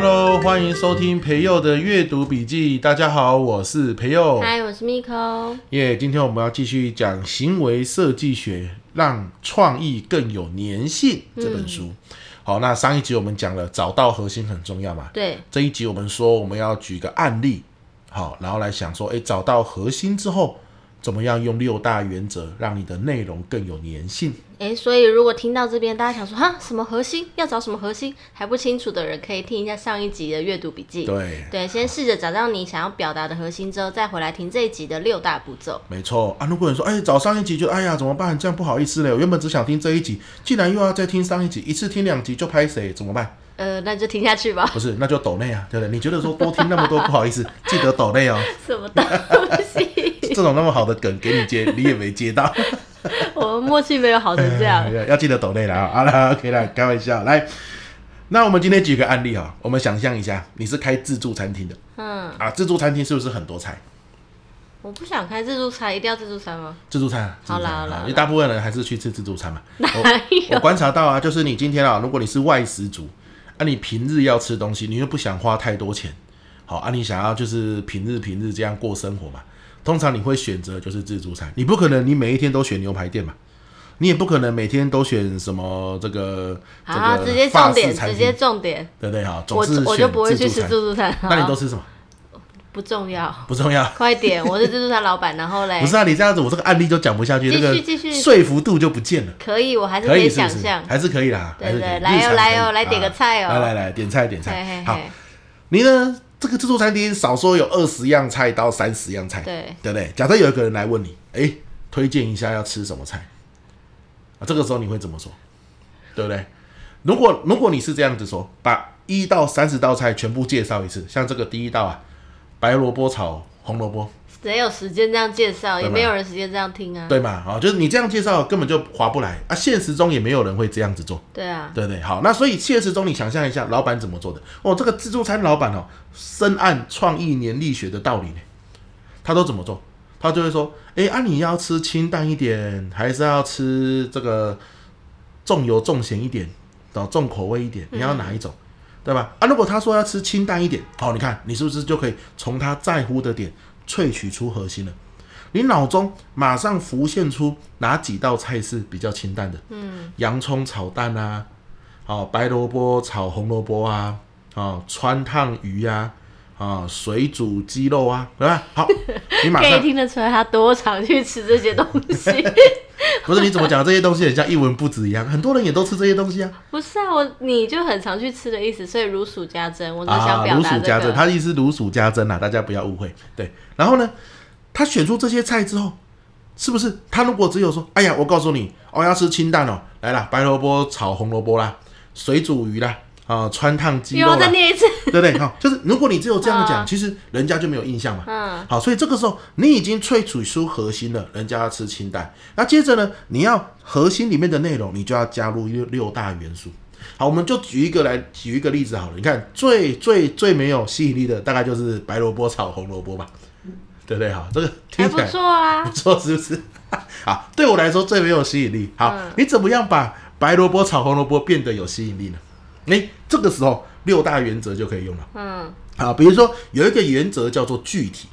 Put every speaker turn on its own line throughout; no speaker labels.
喽，欢迎收听培佑的阅读笔记。大家好，我是培佑。
嗨，我是 Miko。
耶今天我们要继续讲《行为设计学：让创意更有粘性》这本书。好，那上一集我们讲了找到核心很重要嘛，
对，
这一集我们说我们要举个案例，好，然后来想说，诶，找到核心之后，怎么样用六大原则让你的内容更有粘性？
哎，所以如果听到这边，大家想说哈，什么核心要找什么核心还不清楚的人，可以听一下上一集的阅读笔记。
对，
对，先试着找到你想要表达的核心之后，再回来听这一集的六大步骤。
没错啊。如果你说，哎，找上一集就，哎呀，怎么办？这样不好意思嘞，我原本只想听这一集，既然又要再听上一集，一次听两集就拍谁？怎么办？
呃，那就听下去吧。
不是，那就抖内啊，对不对？你觉得说多听那么多不好意思，记得抖内哦。
什么东 西？
这种那么好的梗给你接，你也没接到。
我们默契没有好成这样
哎。 呀要记得抖内了啊！好了，OK 啦，开玩笑。来，那我们今天举个案例哈，我们想象一下，你是开自助餐厅的
嗯，
啊，自助餐厅是不是很多菜？
我不想开自助餐，一定要自助餐吗？
自助餐啊，自
好啦
助餐
好啦
啊
好啦
因为大部分人还是去吃自助 餐嘛。哦
哪
我我观察到啊，就是你今天啊，如果你是外食族，啊，你平日要吃东西，你又不想花太多钱，好啊，你想要就是平日平日这样过生活嘛，通常你会选择就是自助餐，你不可能你每一天都选牛排店嘛。你也不可能每天都选什么这个这
好，
个
啊直接
法式
重点，
餐
直
厅，
接重点。
对不对？哈，总
我
是选
我就不会去
自助
吃自
餐。
助餐。
那你
好
都吃什么？
不重要，
不重要。
快点！我是自助餐老板，然后嘞
不，是啊，你这样子，我这个案例就讲不下去，
哎继
这
续
个
继续
说服度就不见了。
可以，我还是
可
可以
以是
想
不是？
象。
还是可以啦，
对
还是可以
对来哦
日常可以
来哦
啊
来点个菜哦
来来来，点菜点
嘿嘿
菜。
嘿
好，你呢？这个自助餐厅少说有二十样菜到三十样菜，
对
对不对？假设有一个人来问你，哎，推荐一下要吃什么菜啊？这个时候你会怎么说？对不对？如果如果你是这样子说，把一到三十道菜全部介绍一次，像这个第一道啊，白萝卜炒红萝卜，
谁有时间这样介绍？
对
也
吧
没有人时间这样听啊。
对嘛？啊、就是你这样介绍根本就划不来啊，现实中也没有人会这样子做。
对啊，
对对，好，那所以现实中你想象一下，老板怎么做的？哦，这个自助餐老板哦，深谙创意年力学的道理呢，他都怎么做？他就会说，哎，啊，你要吃清淡一点，还是要吃这个重油重咸一点，哦，重口味一点，你要哪一种，对吧？啊，如果他说要吃清淡一点，好、你看你是不是就可以从他在乎的点萃取出核心了？你脑中马上浮现出哪几道菜是比较清淡的？嗯，洋葱炒蛋啊，哦，白萝卜炒红萝卜啊，哦，川烫鱼啊，啊、水煮鸡肉啊，对吧？好，你马
可以
上
听得出来他多常去吃这些东 西。
不是你怎么讲这些东西，很像一文不值一样，很多人也都吃这些东西啊。
不是啊，我你就很常去吃的意思，所以如数家珍。我只想
啊，
表
如
达
数家
这
珍，
个。
他的意思是如数家珍啦、大家不要误会。对，然后呢，他选出这些菜之后，是不是他如果只有说，哎呀，我告诉你，我、要吃清淡哦，来啦，白萝卜炒红萝卜啦，水煮鱼啦，啊、川烫鸡
又
肉
要
啦
再，念一次。
对不对？好、就是如果你只有这样讲，
嗯
其实人家就没有印象嘛。
嗯，
好，所以这个时候你已经萃取出核心了，人家要吃清淡。那接着呢，你要核心里面的内容，你就要加入六六大元素。好，我们就举一个来举一个例子好了。你看，最最最没有吸引力的，大概就是白萝卜炒红萝卜吧，对不对？好，这个
还
听起
不
来
错啊
不。错，是不是？好，对我来说最没有吸引力。好，
嗯
你怎么样把白萝卜炒红萝卜变得有吸引力呢？诶，这个时候六大原则就可以用了。
嗯，
啊，比如说有一个原则叫做具体。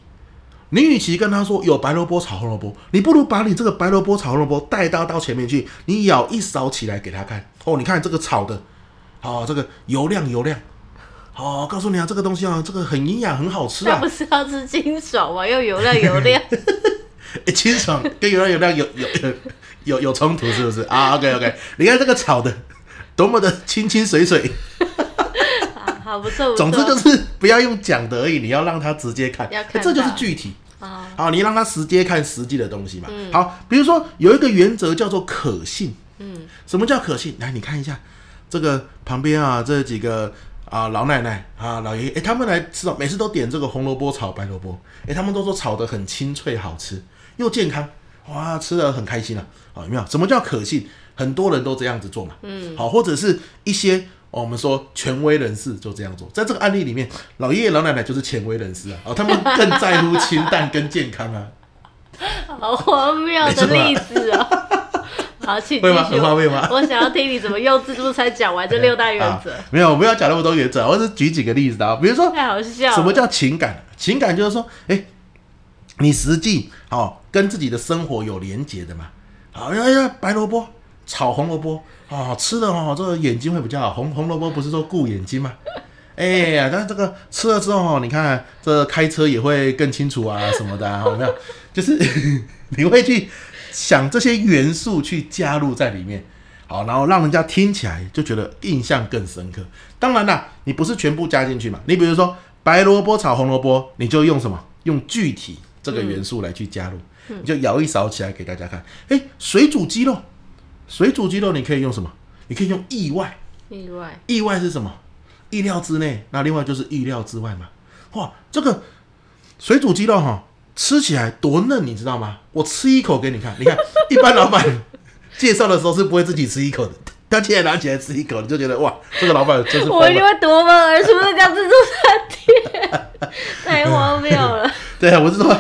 你与其跟他说有白萝卜炒红萝卜，你不如把你这个白萝卜炒红萝卜带到到前面去，你舀一勺起来给他看。哦，你看这个炒的，哦，这个油亮油亮。哦，告诉你啊，这个东西啊，这个很营养，很好吃
那
啊
不，是要吃清爽吗？又油亮油亮。
诶清爽跟油亮油亮有有有有有冲突是不是啊？OK OK，你看这个炒的多么的清清水水，
啊好，不错不错。
总之就是不要用讲的而已，你要让他直接看，
要
诶
看
这就是
到
具体。
啊，
好，你让他直接看实际的东西嘛。
嗯
好，比如说有一个原则叫做可信。嗯，什么叫可信？来，你看一下这个旁边啊，这几个啊老奶奶啊老爷爷，哎、他们来吃哦，每次都点这个红萝卜炒白萝卜，哎、他们都说炒的很清脆好吃又健康，哇，吃的很开心啊。好，有没有？什么叫可信？很多人都这样子做嘛。嗯，好，或者是一些。哦，我们说权威人士就这样做，在这个案例里面，老爷爷老奶奶就是权威人士啊，哦，他们更在乎清淡跟健康啊，
好荒谬
没错
的
啊
例子哦。好，请继
会吗？
续
很。方便吗？
我想要听你怎么用自助餐讲完这 六大原
啊
则，，
没有，我们要讲那么多原则，我只举几个例子啊，比如说
太好笑了。
什么叫情感？情感就是说，哎，你实际哦跟自己的生活有连结的嘛。好、哎呀，白萝卜炒红萝卜啊、哦，吃了哦，这个眼睛会比较好。红红萝卜不是说顾眼睛嘛？哎呀，但是这个吃了之后，你看这开车也会更清楚啊什么的、啊， 有没有？就是你会去想这些元素去加入在里面，好，然后让人家听起来就觉得印象更深刻。当然啦，你不是全部加进去嘛，你比如说白萝卜炒红萝卜，你就用什么？用具体这个元素来去加入，你就舀一勺起来给大家看。哎，水煮鸡肉，水煮鸡肉你可以用什么？你可以用意外。
意外？
意外是什么？意料之内，那另外就是意料之外嘛。哇，这个水煮鸡肉哈，吃起来多嫩，你知道吗？我吃一口给你看，你 看一般老板介绍的时候是不会自己吃一口的，他现在拿起来吃一口，你就觉得哇，这个老板真是疯
我一定
了。
会夺门而出那家自助餐 店，太荒谬了。
对啊，我是说。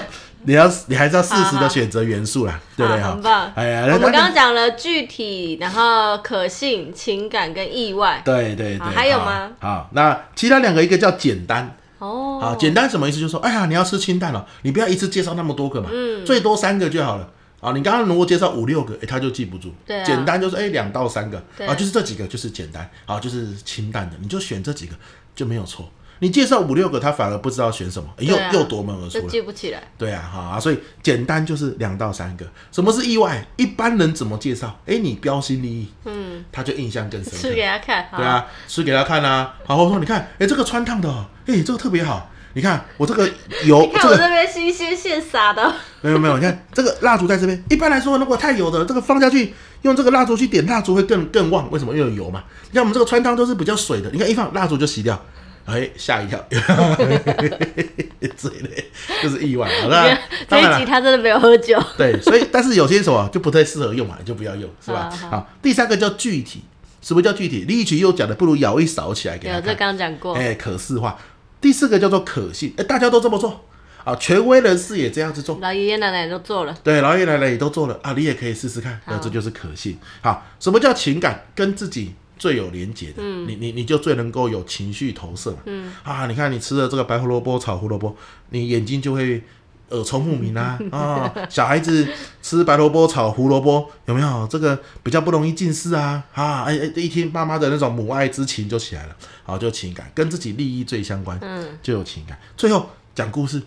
你要，你还是要适时的选择元素啦， 对不对？哈，
好啊很棒。
哎呀，
我们
那
刚刚讲了具体，然后可信、情感跟意外。
对对对，
好啊还有吗
好？好，那其他两个，一个叫简单，
哦，
啊，简单什么意思？就是说，哎呀，你要吃清淡了、你不要一次介绍那么多个嘛，
嗯
最多三个就好了。啊，你刚刚如果介绍五六个，哎、他就记不住。
对啊
简单就是哎两、到三个
对
啊，就是这几个就是简单啊，就是清淡的，你就选这几个就没有错。你介绍五六个，他反而不知道选什么，哎又、
对啊
又夺门而出
就
了。
记不起来。
对啊，哈、啊，所以简单就是两到三个。什么是意外？一般人怎么介绍？哎、你标新立异，
嗯，
他就印象更深刻。
吃给他看。好
对，啊，吃给他看啊。好，我说你看，哎、这个穿烫的哦，哎、这个特别好。你看我这个油
你，
哦
看
这
我
个
这边新鲜现撒的，
没有没有，你看这个蜡烛在这边。一般来说，如果太油的，这个放下去，用这个蜡烛去点蜡烛会更更旺。为什么？因为有油嘛。你看我们这个穿烫都是比较水的，你看一放蜡烛就熄掉，哎，吓一跳， 之类的，就是意外。好
这
的，
这
当然
一
啦
集他真的没有喝酒。
对，所以但是有些什么就不太适合用嘛，啊你就不要用，是吧？
好好
好，第三个叫具体，什么叫具体？例举又讲的不如舀一勺起来给
有
他，
这
看。
刚讲过。
哎、可视化。第四个叫做可信，哎、大家都这么做啊，权威人士也这样子做，
老爷爷奶奶都做了，
对，老爷奶奶也都做了啊，你也可以试试看，那
好
这就是可信。好，什么叫情感？跟自己最有连结的，嗯、你你你就最能够有情绪投射嘛。嗯啊，你看你吃了这个白胡萝卜炒胡萝卜，你眼睛就会。耳聪目明 啊啊！小孩子吃白萝卜炒胡萝卜，有没有这个比较不容易近视啊啊！哎哎，一听妈妈的那种母爱之情就起来了，好就情感跟自己利益最相关，
嗯，
就有情感。最后讲故事，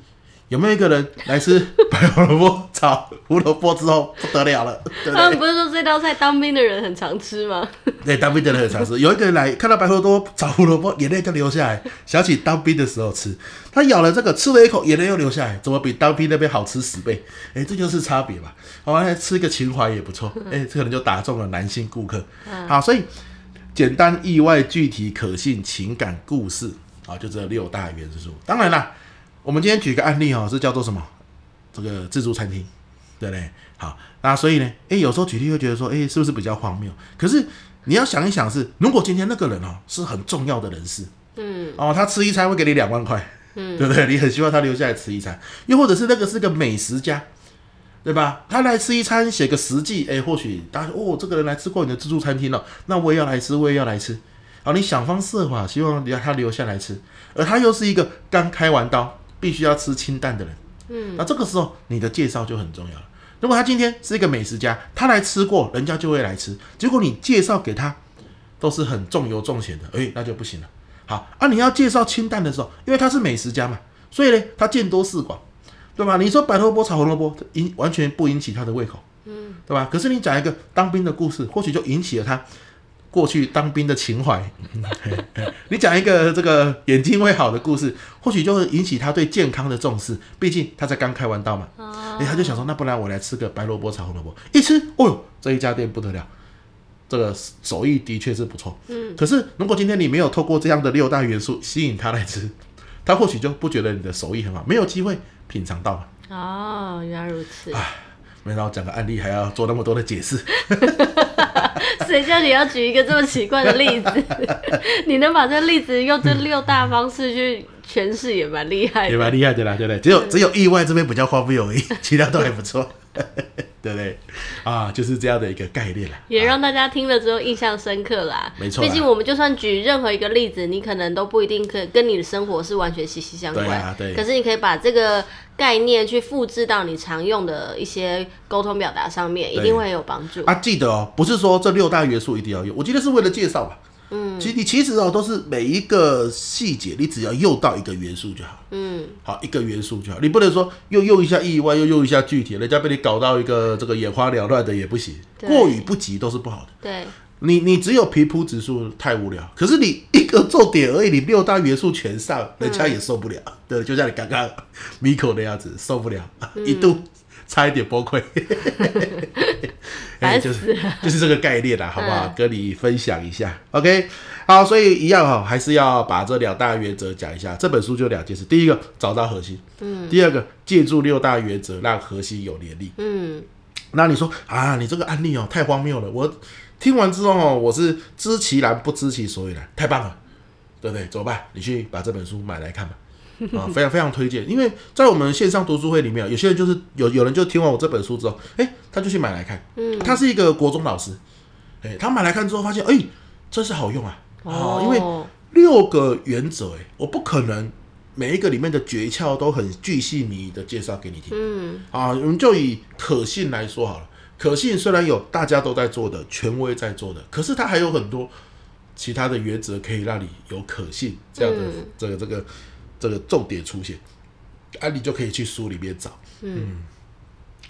有没有一个人来吃 白胡萝卜炒胡萝卜之后不得了了，对不
他
对？
们不是说这道菜当兵的人很常吃吗？
对，哎当兵的人很常吃。有一个人来看到白胡萝卜炒胡萝卜，眼泪就流下来，想起当兵的时候吃，他咬了这个，吃了一口，眼泪又流下来，怎么比当兵那边好吃十倍？哎，这就是差别吧。好、哦，哎吃个情怀也不错，哎，这可能就打中了男性顾客。好，所以简单、意外、具体、可信、情感、故事啊，就这六大元素。当然啦，我们今天举个案例哦，是叫做什么？这个自助餐厅，对不对？好，那所以呢，诶，有时候举例会觉得说，诶，是不是比较荒谬？可是你要想一想是，如果今天那个人哦是很重要的人士，
嗯，
哦，他吃一餐会给你两万块，嗯，对不对？你很希望他留下来吃一餐，又或者是那个是个美食家，对吧？他来吃一餐，写个实际，哎，或许大家哦，这个人来吃过你的自助餐厅了、哦那我也要来吃，我也要来吃。好，你想方设法希望让他留下来吃，而他又是一个刚开完刀，必须要吃清淡的人，嗯，那这个时候你的介绍就很重要了。如果他今天是一个美食家，他来吃过，人家就会来吃。结果你介绍给他，都是很重油重咸的，哎、那就不行了。好啊，你要介绍清淡的时候，因为他是美食家嘛，所以呢，他见多识广，对吧？你说白萝卜炒红萝卜，引完全不引起他的胃口，嗯，对吧？可是你讲一个当兵的故事，或许就引起了他过去当兵的情怀。 你讲一个这个眼睛会好的故事，或许就会引起他对健康的重视，毕竟他才刚开完刀嘛。
哦
哎、他就想说，那不然我来吃个白萝卜炒红萝卜，一吃，哦呦，这一家店不得了，这个手艺的确是不错。嗯，可是如果今天你没有透过这样的六大元素吸引他来吃，他或许就不觉得你的手艺很好，没有机会品尝到嘛。
哦，原来如此。
没想到讲个案例还要做那么多的解释，
谁叫你要举一个这么奇怪的例子？ 你能把这例子用这六大方式去诠释，也蛮厉 害
也
的。嗯
蛮厉害的啦，对不对？只有只有意外这边比较荒谬而已，其他都还不错。对 对不对？啊，就是这样的一个概念啦。
也
啊
让大家听了之后印象深刻啦。
没错啦
毕竟我们就算举任何一个例子，你可能都不一定可跟你的生活是完全息息相关。
对啊对
可是你可以把这个概念去复制到你常用的一些沟通表达上面，一
对
定会有帮助。
啊，记得哦，不是说这六大元素一定要用，我觉得是为了介绍吧。嗯，其实你其实哦，都是每一个细节，你只要用到一个元素就好，
嗯，
好一个元素就好，你不能说又用一下意外，又用一下具体，人家被你搞到一个这个眼花缭乱的也不行，
对
过于不及都是不好的。
对，
你你只有皮肤指数太无聊，可是你一个重点而已，你六大元素全上，人
嗯
家也受不了。对，就像你刚刚 Miko 的样子，受不了，
嗯
一度差一点崩溃。哎、
烦
就
死
是就是这个概念啦，好不好？
嗯
跟你分享一下，OK？好，所以一样哈、还是要把这两大原则讲一下。这本书就两件事，第一个找到核心，嗯，第二个借助六大原则让核心有连力。
嗯，
那你说啊，你这个案例哦太荒谬了，我听完之后哦，我是知其然不知其所以然，太棒了，对不对？怎么办？你去把这本书买来 看吧。啊，非常非常推荐，因为在我们线上读书会里面，有些人就是有有人就听完我这本书之后，哎、他就去买来看，嗯，他是一个国中老师，哎、他买来看之后发现，哎、真是好用啊，哦，因为六个原则，哎，我不可能每一个里面的诀窍都很巨细靡遗的介绍给你听，
嗯
啊，我们就以可信来说好了。可信虽然有大家都在做的，权威在做的，可是它还有很多其他的原则可以让你有可信这样的、
嗯
这个这个这个重点出现，啊，你就可以去书里面找。
嗯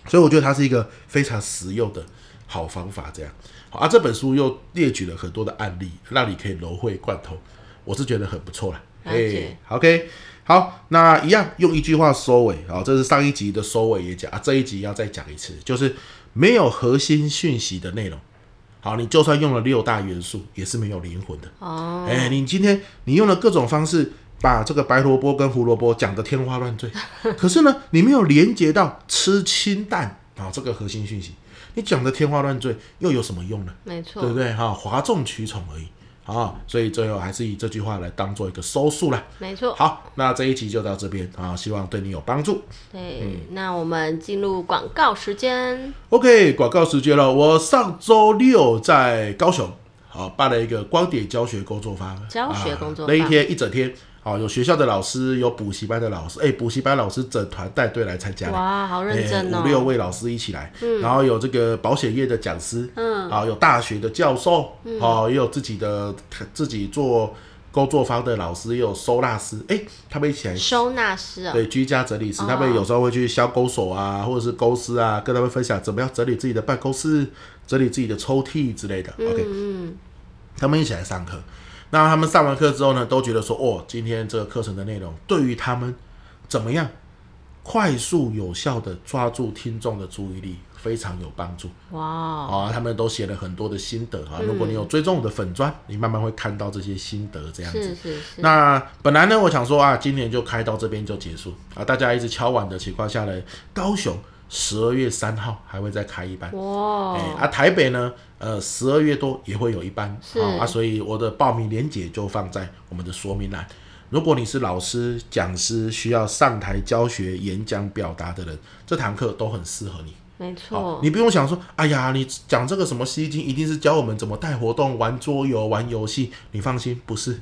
所以我觉得它是一个非常实用的好方法。这样，好啊，这本书又列举了很多的案例，让你可以融会贯通，我是觉得很不错啦。
了解
哎，OK，好，那一样用一句话收尾啊、这是上一集的收尾也讲啊，这一集要再讲一次，就是没有核心讯息的内容。好，你就算用了六大元素，也是没有灵魂的。
哦，
哎、你今天你用了各种方式把这个白萝卜跟胡萝卜讲得天花乱 坠，可是呢，你没有连接到吃清淡啊、这个核心讯息，你讲得天花乱坠又有什么用呢？
没
对不
错，
对？哈、哗众取宠而已啊、所以最后还是以这句话来当做一个收束啦。
没错。
好，那这一集就到这边啊、希望对你有帮助。嗯
对，那我们进入广告时间。
OK，广告时间了。我上周六在高雄，好、办了一个光点教学工作坊，
教学工作
啊
坊
那一天一整天，好、有学校的老师，有补习班的老师，哎、补习班老师整团带队来参加，
哇，好认真
哎
哦嗯
五。六位老师一起来，然后有这个保险业的讲师，嗯，啊，有大学的教授，
嗯
哦，也有自己的自己做工作坊的老师，也有收纳师，哎、他们一起来
收纳师哦，
对，居家整理师，他们有时候会去消狗所啊，或者是公司啊，跟他们分享怎么样整理自己的办公室、整理自己的抽屉之类的。OK，
嗯嗯，
他们一起来上课。那他们上完课之后呢，都觉得说，哦，今天这个课程的内容对于他们怎么样快速有效的抓住听众的注意力，非常有帮助。
哇，
啊、他们都写了很多的心得啊。
嗯
如果你有追踪我的粉砖，你慢慢会看到这些心得这样子
是。是是，
那本来呢，我想说啊，今年就开到这边就结束啊，大家一直敲碗的情况下呢，高雄十二月三号还会再开一班。哎、
哇，
啊，台北呢，呃，十二月多也会有一班，
是
啊，所以我的报名链接就放在我们的说明栏。如果你是老师、讲师，需要上台教学、演讲、表达的人，这堂课都很适合你。
没
哦
错，，
你不用想说，哎呀，你讲这个什么吸金，一定是教我们怎么带活动、玩桌游、玩游戏。你放心，不是。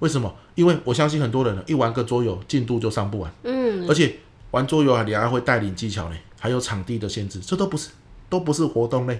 为什么？因为我相信很多人呢，一玩个桌游，进度就上不完，
嗯，
而且玩桌游啊，你还会带领技巧呢，还有场地的限制，这都不是，都不是活动类。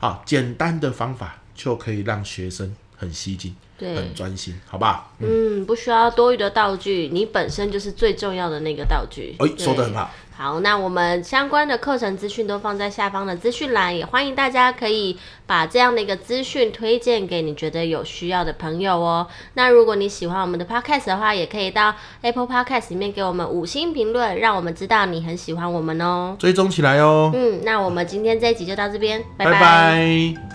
啊，简单的方法就可以让学生很吸睛，
对
很，专心，好不好？
嗯，不需要多余的道具，你本身就是最重要的那个道具。
哎、
对
说的很。好，
好，那我们相关的课程资讯都放在下方的资讯栏，也欢迎大家可以把这样的一个资讯推荐给你觉得有需要的朋友哦。那如果你喜欢我们的 podcast 的话，也可以到 Apple Podcast 里面给我们五星评论，让我们知道你很喜欢我们哦。
追踪起来哦，
嗯嗯，那我们今天这一集就到这边，拜
拜拜